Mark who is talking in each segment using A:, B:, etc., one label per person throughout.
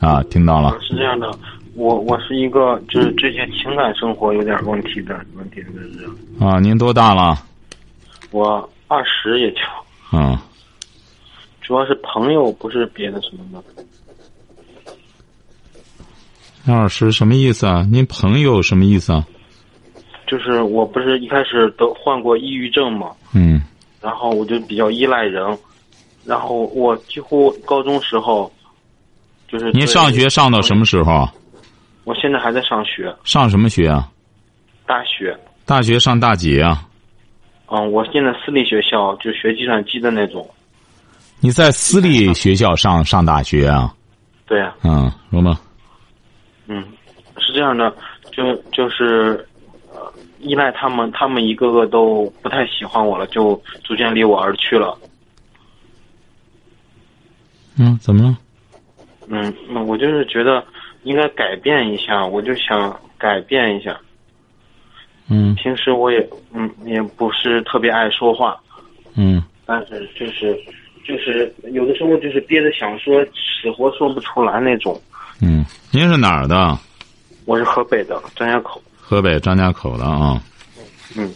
A: 啊，听到了。
B: 是这样的，我我是一个就是这些情感生活有点问题的问题的人。
A: 啊，您多大了？
B: 我二十也就。
A: 嗯。
B: 主要是朋友，不是别的什么的。
A: 二十什么意思啊？您朋友什么意思啊？
B: 就是我不是一开始都患过抑郁症嘛。
A: 嗯。
B: 然后我就比较依赖人，然后我几乎高中时候。就是
A: 您上学上到什么时候？
B: 我现在还在上学。
A: 上什么学啊？
B: 大学。
A: 大学上大几啊？
B: 嗯，我现在私立学校就学计算机的那种。
A: 你在私立学校上上大学啊？
B: 对啊。
A: 嗯，说吧。
B: 嗯，是这样的，就就是呃，依赖他们，他们一个个都不太喜欢我了，就逐渐离我而去了。
A: 嗯，怎么了？
B: 嗯，我就是觉得应该改变一下，我就想改变一下。
A: 嗯，
B: 平时我也嗯也不是特别爱说话。
A: 嗯，
B: 但是就是就是有的时候就是憋着想说，死活说不出来那种。
A: 嗯，您是哪儿的？
B: 我是河北的张家口。
A: 河北张家口的啊。
B: 嗯。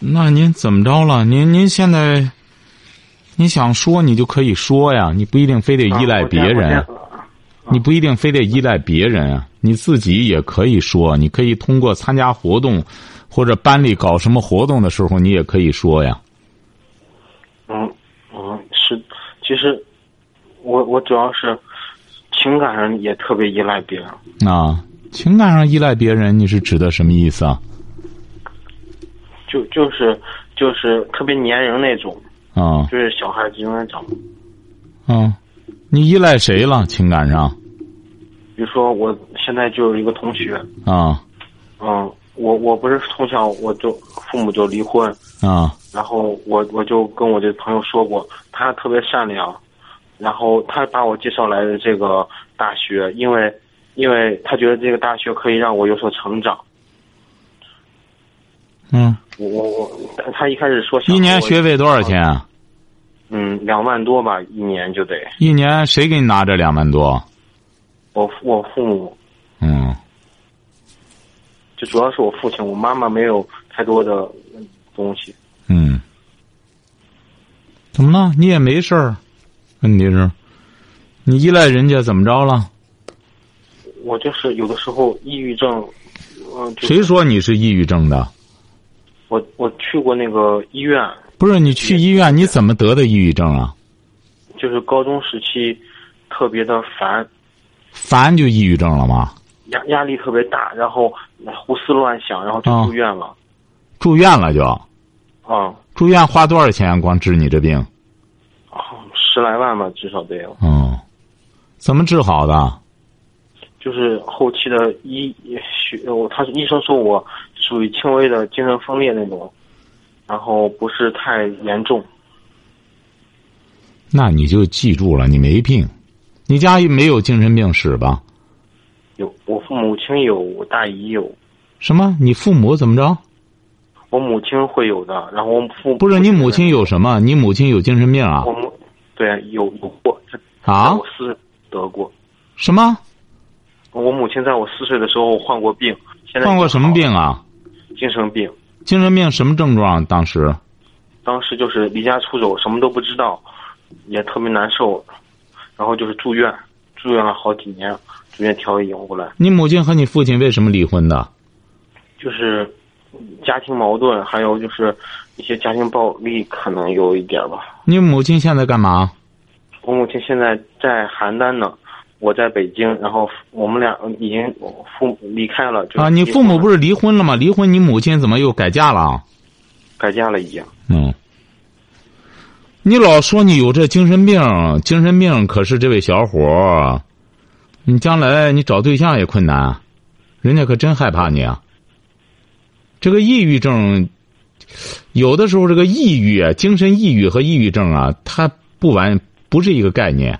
A: 那您怎么着了？您您现在，你想说你就可以说呀，你不一定非得依赖别人。
B: 啊
A: 你不一定非得依赖别人啊，你自己也可以说，你可以通过参加活动，或者班里搞什么活动的时候，你也可以说呀。
B: 嗯嗯，是，其实我我主要是情感上也特别依赖别人。
A: 啊，情感上依赖别人，你是指的什么意思啊？
B: 就就是就是特别粘人那种，
A: 啊
B: 就是小孩子永远长。
A: 啊，你依赖谁了？情感上
B: 比如说，我现在就有一个同学，
A: 啊
B: 嗯，我我不是从小我就父母就离婚，
A: 啊
B: 然后我我就跟我这朋友说过，他特别善良，然后他把我介绍来的这个大学，因为因为他觉得这个大学可以让我有所成长。
A: 嗯，
B: 我我我，他他一开始说想
A: 一年
B: 我
A: 学费多少钱？啊？
B: 嗯，两万多吧，一年就得。
A: 一年谁给你拿这两万多？
B: 我我父母
A: 嗯
B: 就主要是我父亲，我妈妈没有太多的嗯东西。
A: 嗯，怎么了？你也没事儿，问题是，你依赖人家怎么着了？
B: 我就是有的时候抑郁症，嗯、就是
A: 谁说你是抑郁症的？
B: 我我去过那个医院，
A: 不是你去医院，你怎么得的抑郁症啊？
B: 就是高中时期特别的烦，
A: 烦就抑郁症了吗？
B: 压压力特别大，然后胡思乱想，然后就
A: 啊
B: 住院了。
A: 住院了就，
B: 啊、
A: 住院花多少钱？光治你这病？
B: 十来万吧，至少得有。
A: 嗯，怎么治好的？
B: 就是后期的医学，我他是医生说我属于轻微的精神分裂那种，然后不是太严重。
A: 那你就记住了，你没病，你家没有精神病史吧？
B: 有我父母亲有，我大姨有，
A: 什么？你父母怎么着？
B: 我母亲会有的。然后我父
A: 不是你母亲，有什么？你母亲有精神病啊
B: 我？母对有有过，她在
A: 啊
B: 我？四得过。
A: 什么？
B: 我母亲在我四岁的时候患过病，现在
A: 患过什么？病啊？
B: 精神病。
A: 精神病什么症状？当时
B: 当时就是离家出走，什么都不知道，也特别难受，然后就是住院，住院了好几年，住院调理过来，
A: 你母亲和你父亲为什么离婚的？
B: 就是家庭矛盾，还有就是一些家庭暴力，可能有一点吧。
A: 你母亲现在干嘛？
B: 我母亲现在在邯郸呢，我在北京，然后我们俩已经父母离开了。就是
A: 啊，你父母不
B: 是
A: 是离婚了吗？离婚，你母亲怎么又改嫁了啊？
B: 改嫁了已经？
A: 嗯，你老说你有这精神病，精神病可是这位小伙儿，啊你将来你找对象也困难啊，人家可真害怕你啊。这个抑郁症，有的时候这个抑郁啊，精神抑郁和抑郁症啊，它不完不是一个概念。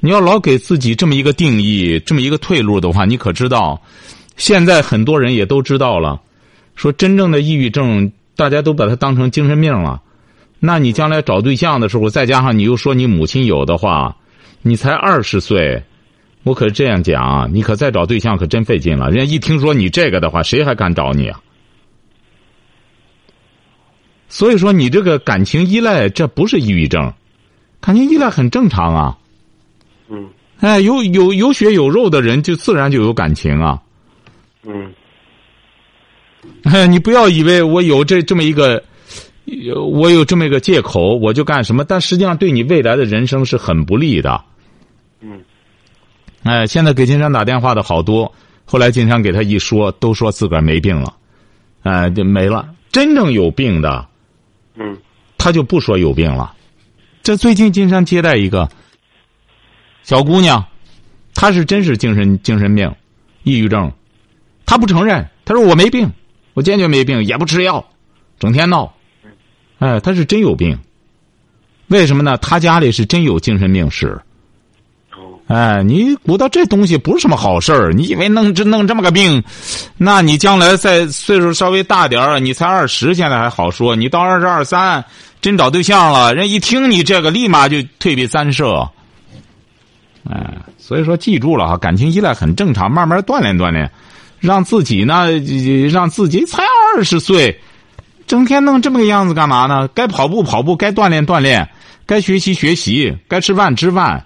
A: 你要老给自己这么一个定义，这么一个退路的话，你可知道，现在很多人也都知道了，说真正的抑郁症，大家都把它当成精神病了。那你将来找对象的时候，再加上你又说你母亲有的话，你才二十岁，我可是这样讲啊，你可再找对象可真费劲了。人家一听说你这个的话，谁还敢找你啊？所以说，你这个感情依赖，这不是抑郁症，感情依赖很正常啊。
B: 嗯
A: 哎，有有有血有肉的人，就自然就有感情啊。
B: 嗯
A: 哎， 你不要以为我有这这么一个，有我有这么一个借口，我就干什么，但实际上对你未来的人生是很不利的。
B: 嗯
A: 哎，现在给金山打电话的好多，后来金山给他一说，都说自个儿没病了，哎，就没了。真正有病的，
B: 嗯
A: 他就不说有病了。这最近金山接待一个小姑娘，她是真是精神精神病，抑郁症，她不承认，她说我没病，我坚决没病，也不吃药，整天闹，哎，她是真有病。为什么呢？她家里是真有精神病史，
B: 哦
A: 哎，你鼓捣这东西不是什么好事儿。你以为弄这弄这么个病，那你将来再岁数稍微大点儿，你才二十，现在还好说。你到二十二三，真找对象了，人一听你这个，立马就退避三舍。哎，所以说记住了哈，感情依赖很正常，慢慢锻炼锻炼，让自己呢，呃让自己才二十岁，整天弄这么个样子干嘛呢？该跑步跑步，该锻炼锻炼，该学习学习，该吃饭吃饭。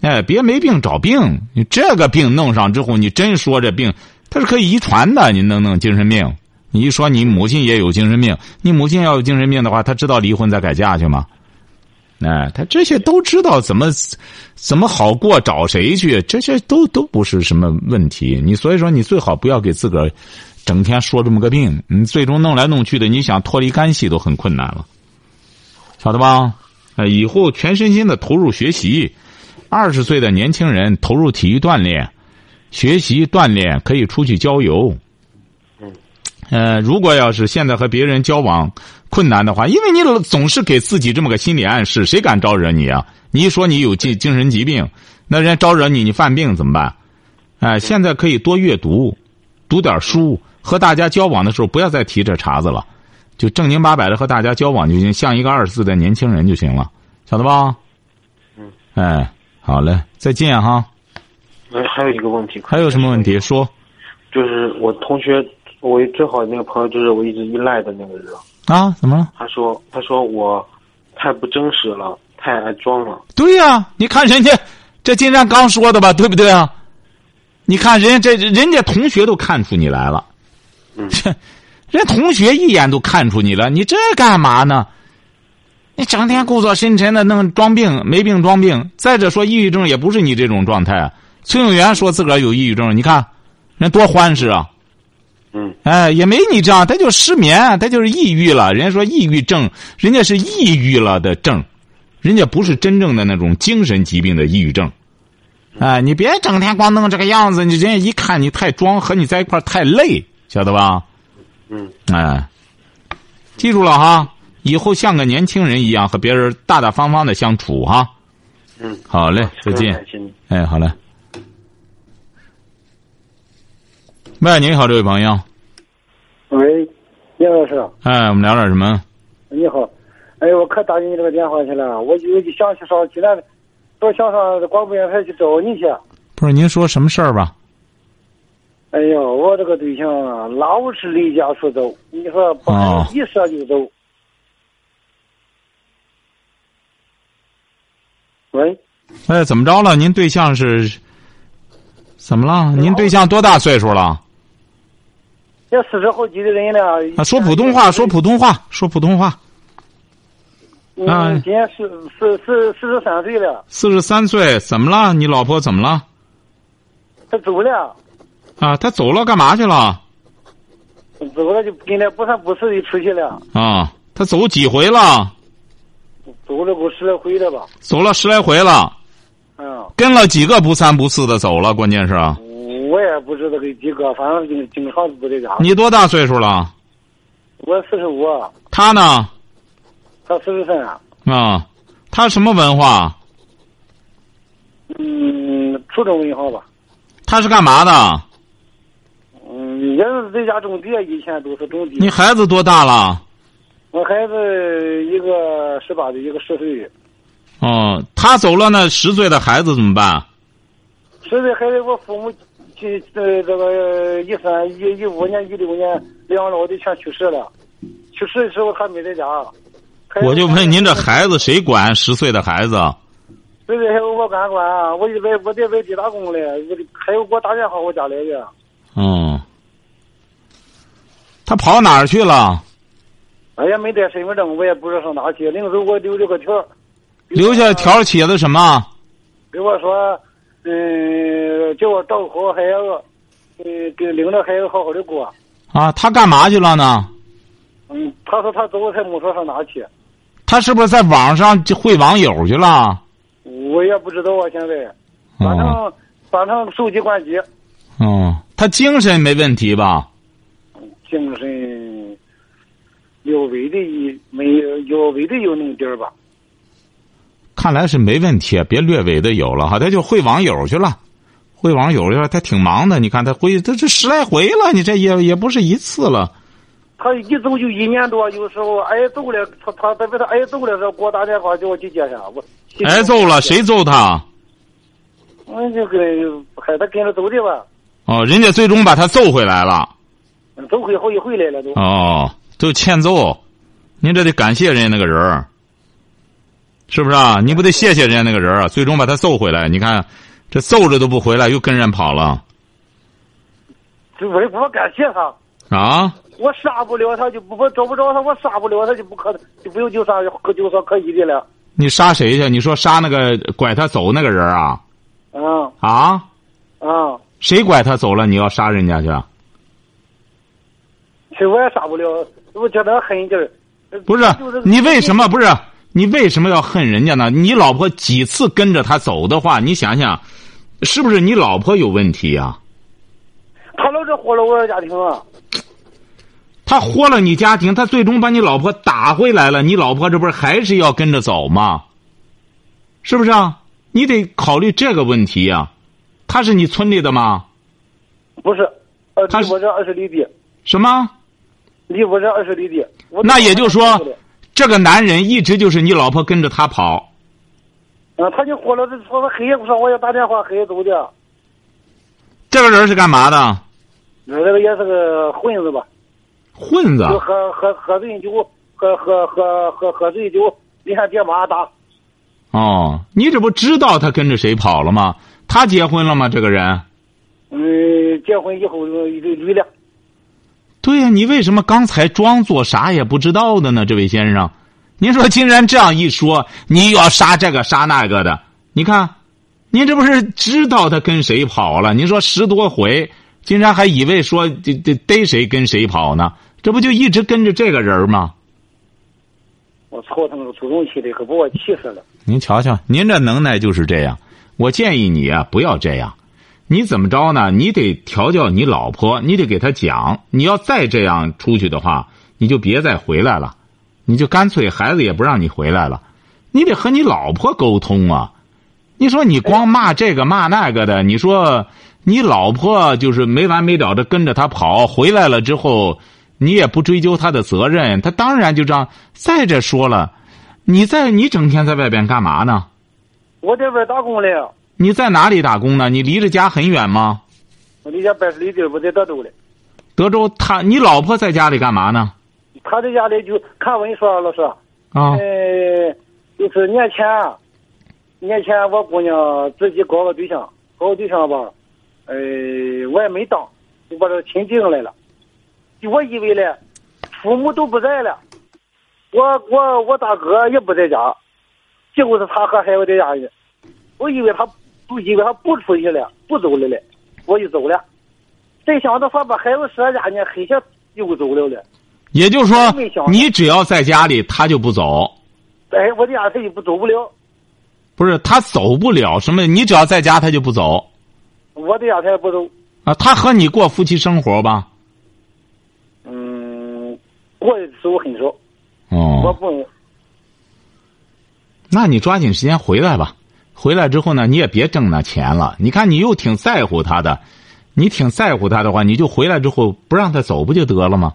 A: 哎，别没病找病，你这个病弄上之后，你真说这病它是可以遗传的，你弄弄精神病。你一说你母亲也有精神病，你母亲要有精神病的话，她知道离婚再改嫁去吗？哎，她这些都知道怎么怎么好过，找谁去？这些都都不是什么问题。你所以说，你最好不要给自个儿整天说这么个病，你最终弄来弄去的，你想脱离干系都很困难了，晓得吧？呃，以后全身心的投入学习。二十岁的年轻人投入体育锻炼、学习锻炼，可以出去郊游。
B: 嗯，
A: 呃，如果要是现在和别人交往困难的话，因为你老总是给自己这么个心理暗示，谁敢招惹你啊？你一说你有精精神疾病，那人家招惹你，你犯病怎么办？哎、
B: 嗯
A: 现在可以多阅读，读点书，和大家交往的时候不要再提这茬子了，就正经八百的和大家交往就行，像一个二十岁的年轻人就行了，晓得吧？
B: 嗯。
A: 哎，好嘞，再见啊哈。
B: 呃还有一个问题，
A: 还有什么问题？说
B: 就是我同学，我最好的那个朋友，就是我一直依赖的那个人。
A: 啊？怎么了？
B: 他说，他说我太不真实了，太爱装了。
A: 对呀、你看人家这金山刚说的吧，对不对啊？你看人家这人家同学都看出你来了，
B: 嗯
A: 这人家同学一眼都看出你了，你这干嘛呢？你整天故作深沉的弄装病，没病装病。再者说，抑郁症也不是你这种状态啊。崔永元说自个儿有抑郁症，你看人多欢实啊。
B: 嗯
A: 哎，也没你这样，他就失眠，他就是抑郁了。人家说抑郁症，人家是抑郁了的症，人家不是真正的那种精神疾病的抑郁症。哎，你别整天光弄这个样子，你人家一看你太装，和你在一块儿太累，晓得吧？
B: 嗯，
A: 哎，记住了哈，以后像个年轻人一样和别人大大方方的相处哈。
B: 嗯，
A: 好嘞，再
B: 非常
A: 见。
B: 感谢你。
A: 哎，好嘞。喂，你好，这位朋友。
C: 喂，叶老哎师，
A: 哎，我们聊点什么？
C: 你好，哎，我可打你这个电话去了，我就想去上济南，说想上广播电台去找你去。
A: 不是您说什么事儿吧？
C: 哎呀，我这个对象啊，老是离家出走，你说不
A: 哦
C: 一说就走。喂，
A: 哎，怎么着了？您对象是怎么了？您对象多大岁数了？
C: 这四十好几的人了。
A: 啊，说普通话，说普通话，说普通话。啊
C: 嗯，今年四四四四十三岁了，
A: 四十三岁，怎么了？你老婆怎么了？
C: 他走了，
A: 啊，她走了，干嘛去了？
C: 走了就跟那不三不四的出去了，
A: 啊，她走几回了？
C: 走了够十来回了吧？
A: 走了十来回了。
C: 嗯，
A: 跟了几个不三不四的走了，关键是
C: 我也不知道给几个，反正经经常不这家。
A: 你多大岁数了？
C: 我四十五，啊
A: 他呢？
C: 他四十三，
A: 啊，他什么文化？
C: 嗯，初中文化吧，
A: 他是干嘛的？
C: 嗯，也是在家种地，以前都是种
A: 你
C: 地。
A: 孩子多大了？
C: 我孩子一个十八岁，一个十岁。
A: 哦，他走了，那十岁的孩子怎么办？
C: 十岁孩子，我父母去呃这个一三一一五年一六年两老的全去世了，去世的时候他没在家。孩 子
A: 我就问您，这孩子谁管？十岁的孩子，啊
C: 十岁孩子我敢管啊，我以为我在外地打工嘞，我的孩子给我打电话我家来的，
A: 嗯，他跑哪儿去了？
C: 俺哎也没带身份证，我也不知道上哪去。临走给我留了个条儿，
A: 留下条儿写的什么？
C: 给我说，嗯，叫我照顾好孩子，嗯，给领着孩子好好的过。
A: 啊，他干嘛去了呢？
C: 嗯，他说他走，他没说上哪去，
A: 他是不是在网上就会网友去了？
C: 我也不知道啊。现在，反正、
A: 哦，
C: 反正手机关机，
A: 哦，他精神没问题吧？
C: 精神略微的一没有略微的有那么点儿吧。
A: 看来是没问题，啊别略微的有了哈，他就会网友去了，会网友去了，他挺忙的。你看他回他这十来回了，你这也也不是一次了。
C: 他一走就一年多，有时候挨揍了，他他他被他挨揍了，时候给我打电话叫我去接他，我
A: 挨哎揍了，？谁揍他？
C: 我就跟喊他跟着走的吧，
A: 哦，人家最终把他揍回来了。
C: 走回好几回来了都。
A: 哦，都欠揍，您这得感谢人家那个人儿，是不是啊？你不得谢谢人家那个人儿，啊最终把他揍回来。你看，这揍着都不回来，又跟人跑了
C: 就我我感谢他，
A: 啊？
C: 我杀不了他就不我找不着他，我杀不了他就不可就不用就杀可就说可以的了。
A: 你杀谁去？你说杀那个拐他走那个人儿啊？
C: 嗯
A: 啊？
C: 嗯，
A: 谁拐他走了？你要杀人家去？
C: 其实我也杀不了，我觉得狠劲儿。
A: 不是
C: 就是
A: 你为什么不是你为什么要恨人家呢？你老婆几次跟着他走的话，你想想，是不是你老婆有问题啊呀、
C: 他老是祸了我的家庭啊？
A: 他豁了你家庭，他最终把你老婆打回来了，你老婆这不是还是要跟着走吗？是不是啊？你得考虑这个问题呀、他是你村里的吗？
C: 不是，呃，
A: 他
C: 离
A: 是
C: 我这二十里地，
A: 什么？
C: 离我这二十里地。我
A: 那也就是说这个男人一直就是你老婆跟着他跑，
C: 嗯，他就火了，这说他黑夜不上，我也打电话黑夜走的。
A: 这个人是干嘛的？
C: 我这个也是个混子吧，
A: 混子。
C: 就喝喝喝醉酒，喝喝喝喝喝醉酒，你看爹妈打，
A: 哦，你这不知道他跟着谁跑了吗？他结婚了吗？这个人？
C: 嗯，结婚以后就就离了。
A: 对呀、你为什么刚才装作啥也不知道的呢？这位先生，您说竟然这样一说，你又要杀这个杀那个的，你看，您这不是知道他跟谁跑了？您说十多回，竟然还以为说这这逮谁跟谁跑呢？这不就一直跟着这个人吗？
C: 我操他那个祖宗气的，可把我气死了。
A: 您瞧瞧，您这能耐就是这样。我建议你啊，不要这样。你怎么着呢？你得调教你老婆，你得给她讲，你要再这样出去的话，你就别再回来了，你就干脆孩子也不让你回来了。你得和你老婆沟通啊。你说你光骂这个骂那个的，你说你老婆就是没完没了的跟着他跑，回来了之后，你也不追究他的责任，他当然就这样。再者说了。你在你整天在外边干嘛呢？
C: 我在外打工嘞，
A: 你在哪里打工呢？你离着家很远吗？
C: 我离家百十里地，我在德州嘞。
A: 德州，他你老婆在家里干嘛呢？
C: 他在家里就看我跟你说啊，老师，
A: 啊，
C: 呃，就是年前，年前我姑娘自己搞个对象，搞个对象吧，呃，我也没当，就把这亲定来了。我以为嘞，父母都不在了，我我我大哥也不在家，结果是他和孩子在家里，我以为他不以为他不出去了，不走了嘞，我就走了。再想着说把孩子舍家呢，黑下又走了嘞。
A: 也就是说
C: 没想，到
A: 你只要在家里，他就不走。
C: 哎，我这样他就不走不了。
A: 不是他走不了什么，你只要在家他就不走
C: 我的家他也不走，
A: 啊。他和你过夫妻生活吧？
C: 嗯，过的时候很少，我
A: 哦，
C: 不
A: 那你抓紧时间回来吧。回来之后呢，你也别挣那钱了。你看你又挺在乎他的，你挺在乎他的话，你就回来之后不让他走不就得了吗？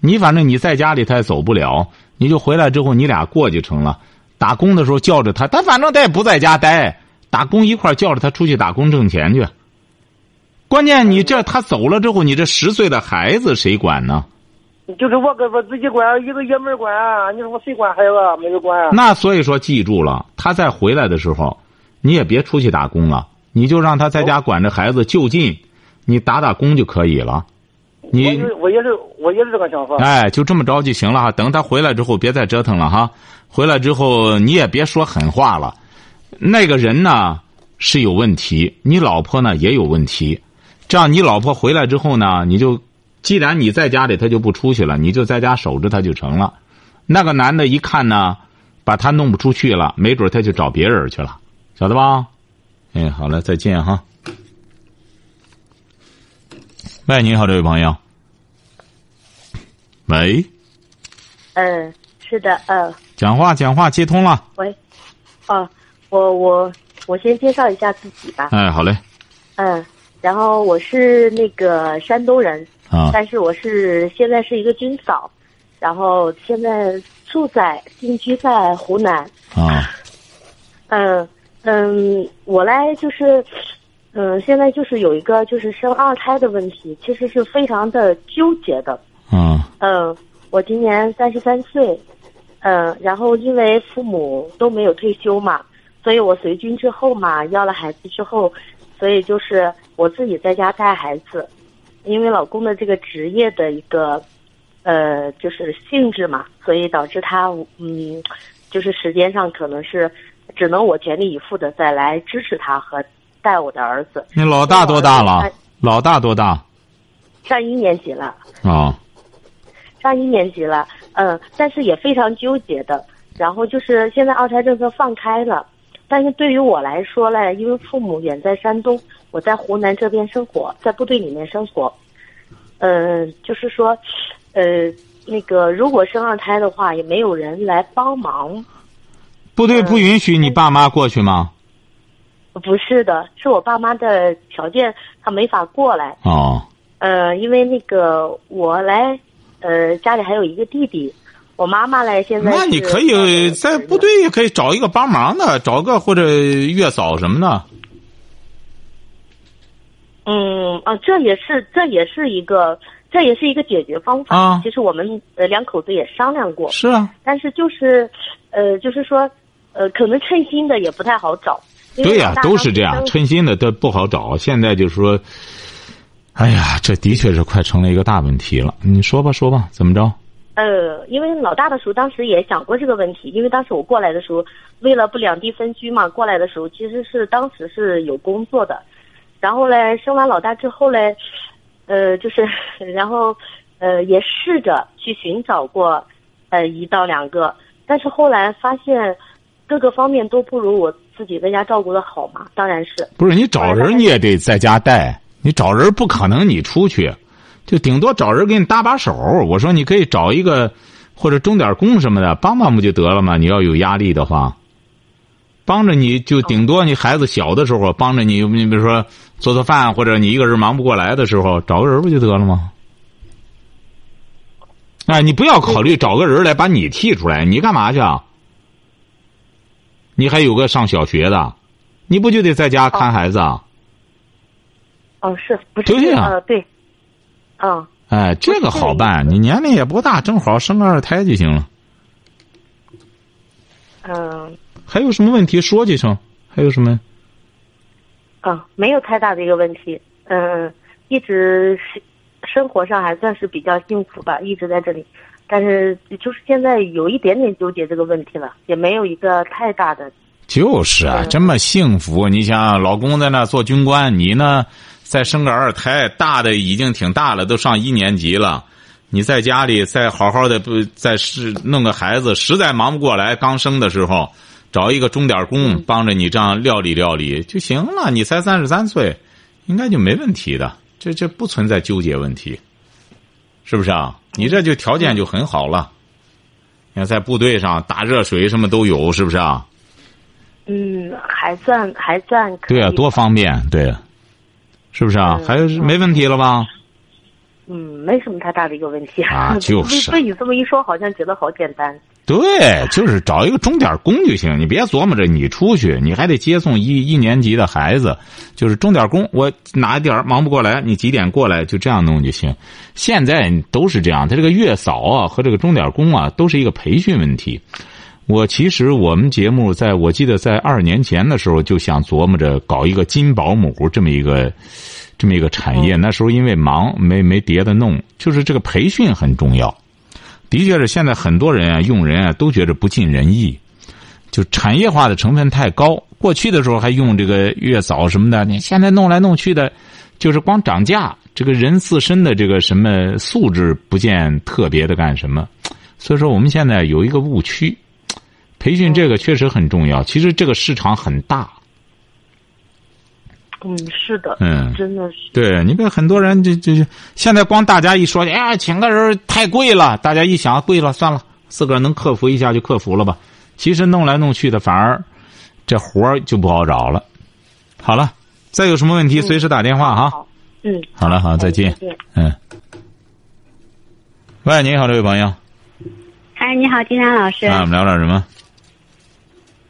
A: 你反正你在家里他也走不了，你就回来之后你俩过就成了。打工的时候叫着他，他反正他也不在家待，打工一块儿叫着他出去打工挣钱去。关键你这他走了之后，你这十岁的孩子谁管呢？
C: 就是我跟我自己管，一个爷们儿管，啊你说我谁管孩子？没人管。啊
A: 那所以说，记住了，他再回来的时候，你也别出去打工了，你就让他在
C: 哦
A: 家管着孩子就近，你打打工就可以了。
C: 我
A: 你
C: 也我也是我也是这个想法。
A: 哎，就这么着就行了哈。等他回来之后，别再折腾了哈。回来之后，你也别说狠话了。那个人呢是有问题，你老婆呢也有问题。这样，你老婆回来之后呢，你就既然你在家里，他就不出去了，你就在家守着他就成了。那个男的一看呢，把他弄不出去了，没准他就找别人去了，晓得吧？哎，好了，再见哈。喂，你好，这位朋友。喂，
D: 嗯，是的，嗯，
A: 讲话讲话，接通了。
D: 喂，哦，我我我先介绍一下自己吧，
A: 哎，好嘞，
D: 嗯，然后我是那个山东人，
A: 啊，
D: 但是我是现在是一个军嫂，然后现在住在定居在湖南，
A: 啊，
D: 嗯嗯，我来就是，嗯，现在就是有一个就是生二胎的问题，其实是非常的纠结的，
A: 啊，
D: 嗯，我今年三十三岁，嗯，然后因为父母都没有退休嘛，所以我随军之后嘛，要了孩子之后，所以就是我自己在家带孩子，因为老公的这个职业的一个，呃，就是性质嘛，所以导致他嗯，就是时间上可能是只能我全力以赴的再来支持他和带我的儿子，
A: 你老大多大了？老大多大？
D: 上一年级了。
A: 啊，
D: 上一年级了，嗯，但是也非常纠结的。然后就是现在二胎政策放开了，但是对于我来说嘞，因为父母远在山东，我在湖南这边生活，在部队里面生活，嗯、就是说，呃，那个如果生二胎的话，也没有人来帮忙。
A: 部队不允许你爸妈过去吗？
D: 不是的，是我爸妈的条件，他没法过来。
A: 哦，
D: 呃，因为那个我来，呃，家里还有一个弟弟，我妈妈嘞现在
A: 那你
D: 是
A: 可以在部队也可以找一个帮忙的，找个或者月嫂什么的。
D: 嗯啊，这也是这也是一个这也是一个解决方法。
A: 啊
D: 其实我们呃两口子也商量过，
A: 是啊，
D: 但是就是，呃，就是说，呃，可能称心的也不太好找。因为
A: 对呀、
D: 老大
A: 都是这
D: 当
A: 样，
D: 时
A: 称心的都不好找。现在就是说，哎呀，这的确是快成了一个大问题了。你说吧，说吧，怎么着？
D: 呃，因为老大的时候，当时也想过这个问题，因为当时我过来的时候，为了不两地分居嘛，过来的时候其实是当时是有工作的，然后嘞，生完老大之后嘞，呃，就是然后呃也试着去寻找过，呃一到两个，但是后来发现各个方面都不如我自己在家照顾的好嘛，当然是，
A: 不是你找人你也得在家带，你找人不可能你出去，就顶多找人给你搭把手。我说你可以找一个或者钟点工什么的帮帮不就得了吗？你要有压力的话，帮着你就顶多你孩子小的时候帮着你，你比如说做做饭或者你一个人忙不过来的时候找个人不就得了吗？哎，你不要考虑找个人来把你剔出来，你干嘛去啊？你还有个上小学的，你不就得在家看孩子啊？
D: 哦，是不是？
A: 对呀
D: 呃，对，嗯、
A: 哎，这个好办，你年龄也不大，正好生个二胎就行了。
D: 嗯。
A: 还有什么问题说几声？还有什么？
D: 啊，没有太大的一个问题。嗯，一直是生活上还算是比较幸福吧，一直在这里。但是就是现在有一点点纠结这个问题了，也没有一个太大的。
A: 就是啊，这么幸福，你想想，老公在那做军官，你呢再生个二胎，大的已经挺大了，都上一年级了。你在家里再好好的不再是弄个孩子，实在忙不过来，刚生的时候，找一个钟点工帮着你这样料理料理就行了。你才三十三岁，应该就没问题的，这这不存在纠结问题，是不是啊？你这就条件就很好了。你看在部队上打热水什么都有，是不是啊？
D: 嗯，还算还算可以。
A: 对啊，多方便，对、啊，是不是啊？
D: 嗯
A: 还有是没问题了吧？
D: 嗯，没什么太大的一个问题。
A: 啊就是
D: 被你这么一说，好像觉得好简单。
A: 对，就是找一个钟点工就行，你别琢磨着你出去，你还得接送一一年级的孩子，就是钟点工，我哪点儿忙不过来，你几点过来，就这样弄就行。现在都是这样，他这个月嫂啊和这个钟点工啊都是一个培训问题。我其实我们节目在我记得在二年前的时候就想琢磨着搞一个金保姆这么一个这么一个产业，那时候因为忙没没别的弄，就是这个培训很重要。的确是现在很多人啊，用人啊都觉着不尽人意，就产业化的成分太高。过去的时候还用这个月嫂什么的，你现在弄来弄去的，就是光涨价，这个人自身的这个什么素质不见特别的干什么。所以说我们现在有一个误区，培训这个确实很重要。其实这个市场很大，
D: 嗯，是的，
A: 嗯
D: 真的是，
A: 对，你别很多人这这这，现在光大家一说，哎呀，请个人太贵了，大家一想贵了，算了，自个儿能克服一下就克服了吧。其实弄来弄去的，反而这活儿就不好找了。好了，再有什么问题随时打电话哈。
D: 好，嗯，
A: 好了，好，再见
D: 再。见。
A: 嗯。喂，你好，这位朋友，
E: 嗨，哎你好，金山老师。
A: 啊，我们聊点什么？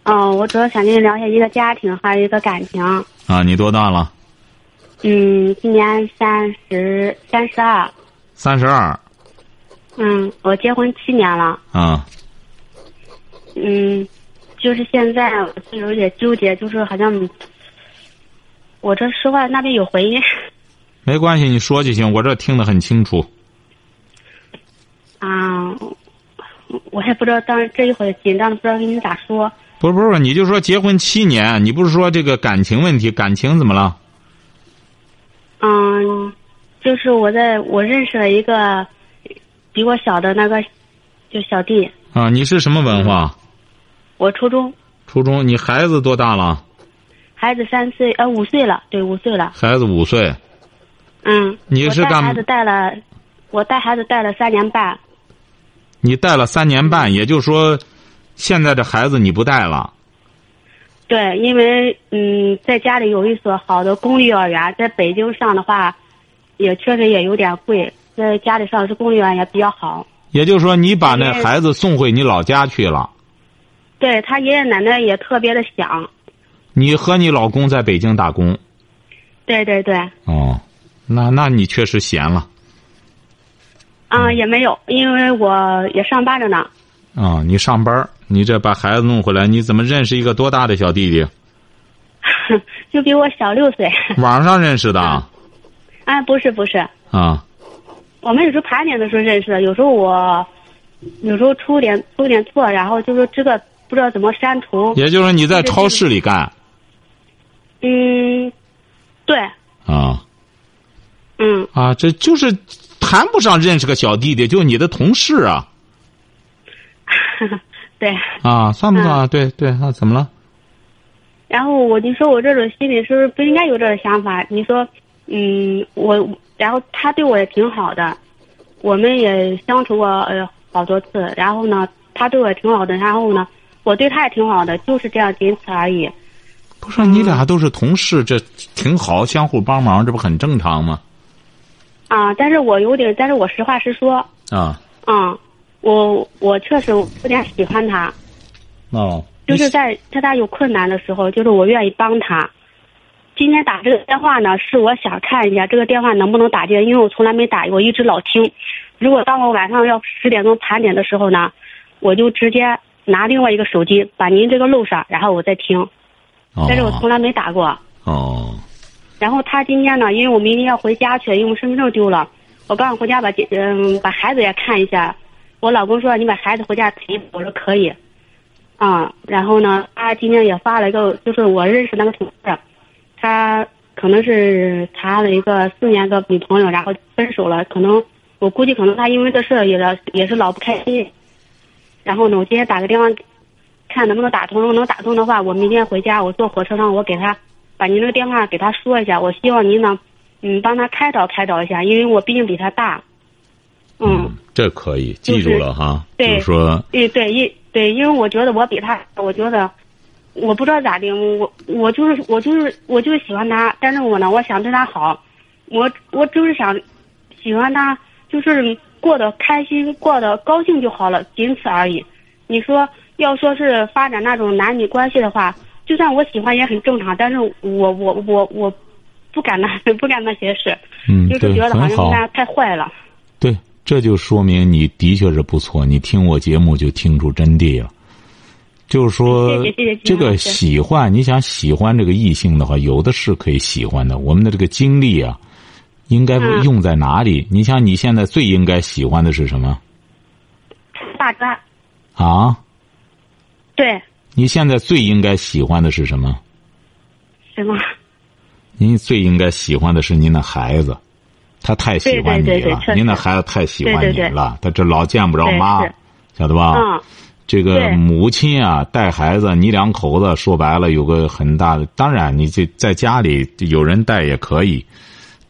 E: 嗯，我主要想跟你聊一下一个家庭，还有一个感情。
A: 啊，你多大了？
E: 嗯，今年三十三十二。
A: 三十二
E: 嗯，我结婚七年了。
A: 啊，
E: 嗯，就是现在我是有点纠结，就是好像我这说话那边有回音
A: 没关系，你说就行，我这听得很清楚。
E: 啊。我也不知道，当时这一会儿紧张的不知道跟你咋说。
A: 不是不是不是，你就说结婚七年，你不是说这个感情问题？感情怎么了？
E: 嗯，就是我在我认识了一个比我小的那个就小弟，
A: 啊，你是什么文化？
E: 我初中
A: 初中？你孩子多大了？
E: 孩子三岁，呃，五岁了，对，五岁了。
A: 孩子五岁。
E: 嗯，
A: 你是
E: 我带
A: 干
E: 孩子带了，我带孩子带了三年半。
A: 你带了三年半，也就是说，现在这孩子你不带了。
E: 对，因为嗯，在家里有一所好的公立幼儿园，在北京上的话，也确实也有点贵，在家里上的是公立幼儿园也比较好。
A: 也就是说，你把那
E: 对
A: 孩子送回你老家去了。
E: 对他爷爷奶奶也特别的想，
A: 你和你老公在北京打工。
E: 对对对，
A: 哦，那那你确实闲了
E: 啊、也没有，因为我也上班着呢，
A: 啊、你上班儿，你这把孩子弄回来，你怎么认识一个多大的小弟弟？
E: 就比我小六岁。
A: 网上认识的啊
E: 啊，不是不是，
A: 啊
E: 我们有时候盘点的时候认识的，有时候我有时候出点出点错，然后就说这个不知道怎么删除。
A: 也就是说你在超市里干。
E: 嗯，对，
A: 啊
E: 嗯，
A: 啊，这就是谈不上认识个小弟弟，就你的同事啊
E: 对。
A: 啊，算不算啊？对对，那、怎么了？
E: 然后我就说我这种心里是不是不应该有这种想法？你说，嗯，我然后他对我也挺好的，我们也相处过呃好多次，然后呢，他对我也挺好的，然后呢，我对他也挺好的，就是这样，仅此而已。
A: 不是你俩都是同事，这挺好，相互帮忙，这不很正常吗？
E: 啊，但是我有点，但是我实话实说，
A: 啊，
E: 啊，我我确实有点喜欢他，
A: 哦，
E: 就是在在他有困难的时候，就是我愿意帮他。今天打这个电话呢，是我想看一下这个电话能不能打进，因为我从来没打，我一直老听。如果当我晚上要十点钟盘点的时候呢，我就直接拿另外一个手机把您这个录上，然后我再听。
A: 哦
E: 但是我从来没打过。
A: 哦，
E: 然后他今天呢，因为我明天要回家去，因为我身份证丢了，我刚回家把姐嗯把孩子也看一下。我老公说你把孩子回家陪一陪，我说可以。啊、然后呢，他今天也发了一个，就是我认识那个同事，他可能是谈了一个四年个女朋友，然后分手了。可能我估计可能他因为这事儿也也是老不开心。然后呢，我今天打个电话看能不能打通。如果能打通的话，我明天回家，我坐火车上，我给他把您的电话给他说一下。我希望您呢，嗯，帮他开导开导一下，因为我毕竟比他大。嗯，
A: 这可以记住了哈。
E: 就是对
A: 就是说，
E: 对对，因对，因为我觉得我比他，我觉得我不知道咋的，我我就是我就是我就是喜欢他，但是我呢，我想对他好，我我就是想喜欢他，就是过得开心，过得高兴就好了，仅此而已。你说要说是发展那种男女关系的话，就算我喜欢也很正常，但是我我我我不敢那 不敢那些事，
A: 嗯，
E: 就是
A: 对
E: 觉，得好
A: 很
E: 像
A: 好
E: 跟，他太坏了。
A: 对，这就说明你的确是不错。你听我节目就听出真谛了。就是说
E: 谢谢谢谢，金
A: 这
E: 老
A: 个
E: 师
A: 喜欢，你想喜欢这个异性的话，有的是可以喜欢的。我们的这个精力啊，应该
E: 嗯
A: 用在哪里？你像你现在最应该喜欢的是什么
E: 大专，
A: 啊？
E: 对，
A: 你现在最应该喜欢的是什么？
E: 什么？
A: 您最应该喜欢的是您的孩子，他太喜欢你了，
E: 对对对对确实
A: 您的孩子太喜欢你了，
E: 对对对
A: 他这老见不着妈
E: 对是，
A: 晓得吧？
E: 嗯，
A: 这个
E: 对
A: 母亲啊，带孩子，你两口子说白了有个很大的，当然你这在家里有人带也可以，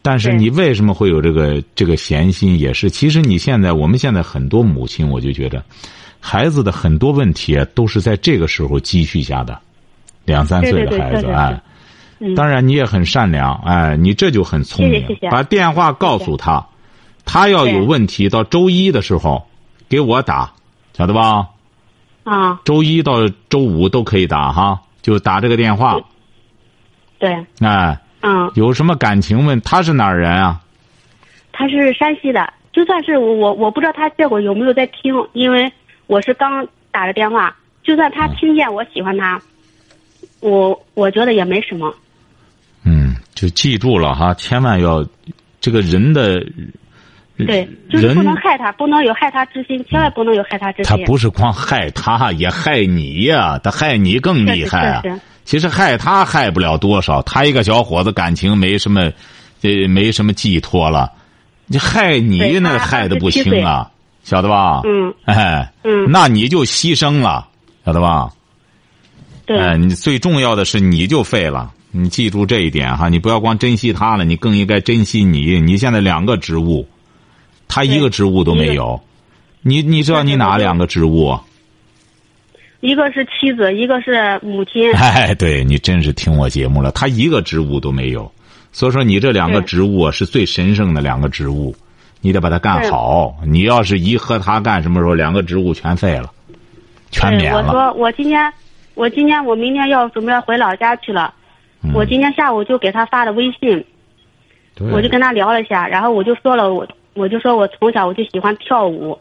A: 但是
E: 对
A: 你为什么会有这个这个闲心？也是，其实你现在我们现在很多母亲，我就觉得，孩子的很多问题啊，都是在这个时候积蓄下的，两三岁
E: 对对
A: 的
E: 对
A: 孩
E: 确
A: 子
E: 实
A: 哎
E: 是。嗯
A: 当然，你也很善良，哎，你这就很聪明。
E: 谢谢谢谢
A: 把电话告诉他，他要有
E: 对
A: 问题，到周一的时候给我打，晓得吧？
E: 啊、
A: 周一到周五都可以打哈，就打这个电话。
E: 对，
A: 哎，
E: 嗯，
A: 有什么感情问？他是哪儿人啊？
E: 他是山西的，就算是我我我不知道他这会儿有没有在听，因为我是刚打的电话，就算他听见我喜欢他，我我觉得也没什么。
A: 嗯，就记住了哈，千万要这个人的嗯
E: 对，就是
A: 人
E: 不能害他，不能有害他之心，千万不能有害他之
A: 他
E: 心。
A: 不是光害他，也害你呀、他害你更厉害啊
E: 确实确实！
A: 其实害他害不了多少，他一个小伙子感情没什么，呃，没什么寄托了，你害你
E: 对
A: 那
E: 他
A: 害的不
E: 27
A: 轻啊，晓得吧？
E: 嗯，
A: 哎，
E: 嗯
A: 那你就牺牲了，晓得吧？
E: 对、
A: 哎，你最重要的是你就废了，你记住这一点哈，你不要光珍惜他了，你更应该珍惜你。你现在两个职务，他一
E: 对
A: 个职务都
E: 一
A: 没
E: 个
A: 有，你你知道
E: 对
A: 你
E: 对
A: 哪
E: 对
A: 两个职务啊？
E: 一个是妻子，一个是母亲。
A: 哎， 对你真是听我节目了，他一个职务都没有，所以说你这两个
E: 对
A: 职务啊是最神圣的两个职务，你得把它干
E: 对
A: 好。你要是一和他干什么时候，两个职务全废了，全
E: 对，
A: 免
E: 我
A: 了。
E: 说我今天，我今天我明天要准备回老家去了，
A: 嗯
E: 我今天下午就给他发了微信。
A: 对
E: 我就跟他聊了一下，然后我就说了我，我就说我从小我就喜欢跳舞，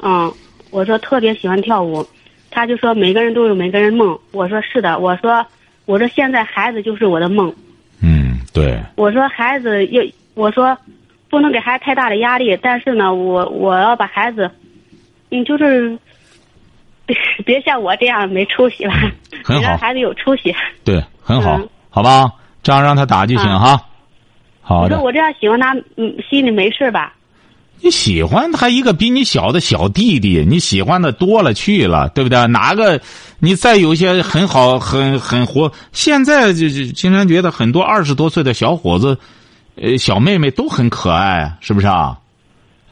E: 嗯，我说特别喜欢跳舞，他就说每个人都有每个人梦，我说是的，我说我说现在孩子就是我的梦，
A: 嗯，对，
E: 我说孩子要我说不能给孩子太大的压力，但是呢，我我要把孩子，嗯，就是 别别像我这样没出息了，
A: 很
E: 你让
A: 好，
E: 孩子有出息。
A: 对，很好
E: 嗯，
A: 好吧？这样让他打就行
E: 嗯
A: 哈。好
E: 你
A: 的
E: 说，我这样喜欢他，嗯，心里没事吧？
A: 你喜欢他一个比你小的小弟弟，你喜欢的多了去了，对不对？哪个，你再有一些很好、很很活，现在就就经常觉得很多二十多岁的小伙子，呃，小妹妹都很可爱，是不是啊？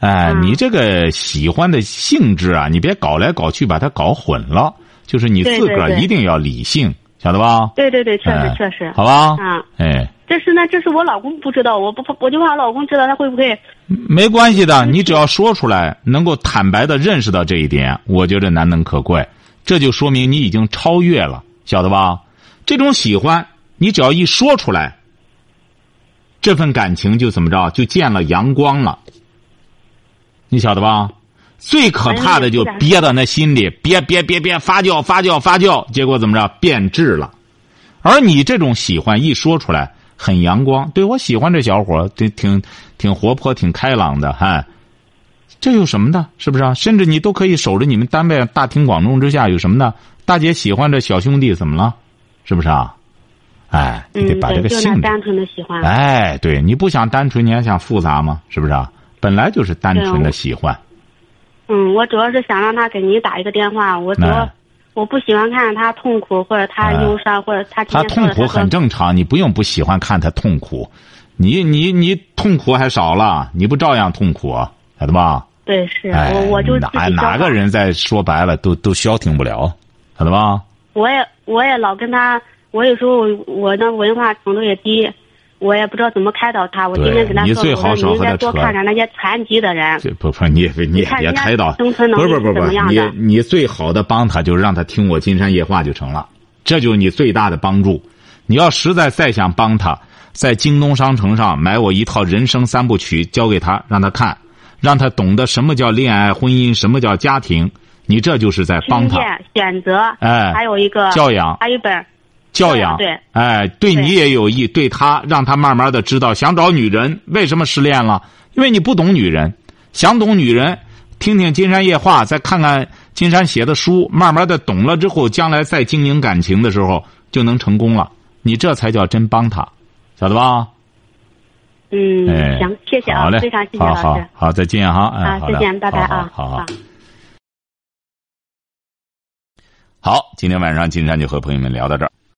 A: 哎，
E: 嗯
A: 你这个喜欢的性质啊，你别搞来搞去把它搞混了，就是你
E: 对
A: 自个
E: 对
A: 儿
E: 对
A: 一定要理性，晓得吧？
E: 对对对，确实
A: 哎
E: 确实。
A: 好吧？
E: 嗯
A: 哎，
E: 但是呢，这是我老公不知道，我不怕我就怕老公知道他会不会
A: 没关系的，你只要说出来，能够坦白的认识到这一点，我觉得难能可贵。这就说明你已经超越了，晓得吧？这种喜欢，你只要一说出来，这份感情就怎么着，就见了阳光了。你晓得吧？最可怕的就
E: 哎呀
A: 憋到那心里，憋憋憋憋发酵发酵发酵，结果怎么着变质了。而你这种喜欢一说出来，很阳光。对我喜欢这小伙儿，挺挺挺活泼，挺开朗的，哎，这有什么的？是不是啊？甚至你都可以守着你们单位大庭广众之下，有什么的？大姐喜欢这小兄弟，怎么了？是不是啊？哎，你
E: 嗯，
A: 得把这
E: 对，
A: 个
E: 就
A: 性
E: 那
A: 质
E: 单纯的喜欢。
A: 哎，对，你不想单纯，你还想复杂吗？是不是啊？本来就是单
E: 对啊
A: 纯的
E: 我
A: 喜欢，
E: 嗯，我主要是想让他给您打一个电话，我主要
A: 那
E: 我不喜欢看他痛苦或者他忧伤或者他今
A: 他
E: 天
A: 痛
E: 说
A: 苦很
E: 了他说
A: 正常，你不用不喜欢看他痛苦，你你你痛苦还少了，你不照样痛苦，晓得吧？
E: 对是
A: 哎，
E: 我我就自己
A: 哪
E: 消化
A: 哪个人再说白了都都消停不了，晓得吧？
E: 我也我也老跟他，我有时候我我的文化程度也低，我也不知道怎么开导他。我
A: 对
E: 天天跟他
A: 你
E: 说，
A: 最好
E: 我
A: 少
E: 说你应
A: 和他
E: 该多
A: 扯
E: 看看那些残疾的人。
A: 这不不，你也你也
E: 看
A: 别
E: 人家
A: 开导，不
E: 生
A: 是
E: 存能
A: 不
E: 力
A: 是不
E: 是怎么
A: 是，
E: 样
A: 你
E: 的
A: 你最好的帮他就是让他听我金山夜话就成了，这就是你最大的帮助。你要实在再想帮他，在京东商城上买我一套《人生三部曲》，交给他，让他看，让他懂得什么叫恋爱、婚姻，什么叫家庭。你这就是在帮
E: 听
A: 他
E: 见、选择，
A: 哎
E: 还有一个
A: 教养
E: 还有一本，
A: 教养，
E: 对
A: 哎，对
E: 对
A: 你也有益，对他让他慢慢的知道，想找女人为什么失恋了，因为你不懂女人，想懂女人，听听金山夜话，再看看金山写的书，慢慢的懂了之后，将来再经营感情的时候就能成功了，你这才叫真帮他，晓得吧？
E: 嗯，
A: 哎，
E: 行，谢谢啊
A: 好，嘞，
E: 非常谢谢
A: 好
E: 老
A: 好
E: 师
A: 好，再见哈，哎，
E: 啊，
A: 好
E: 再
A: 的
E: 见，拜拜
A: 好
E: 啊，
A: 好好
E: 啊
A: 好。好，今天晚上金山就和朋友们聊到这儿。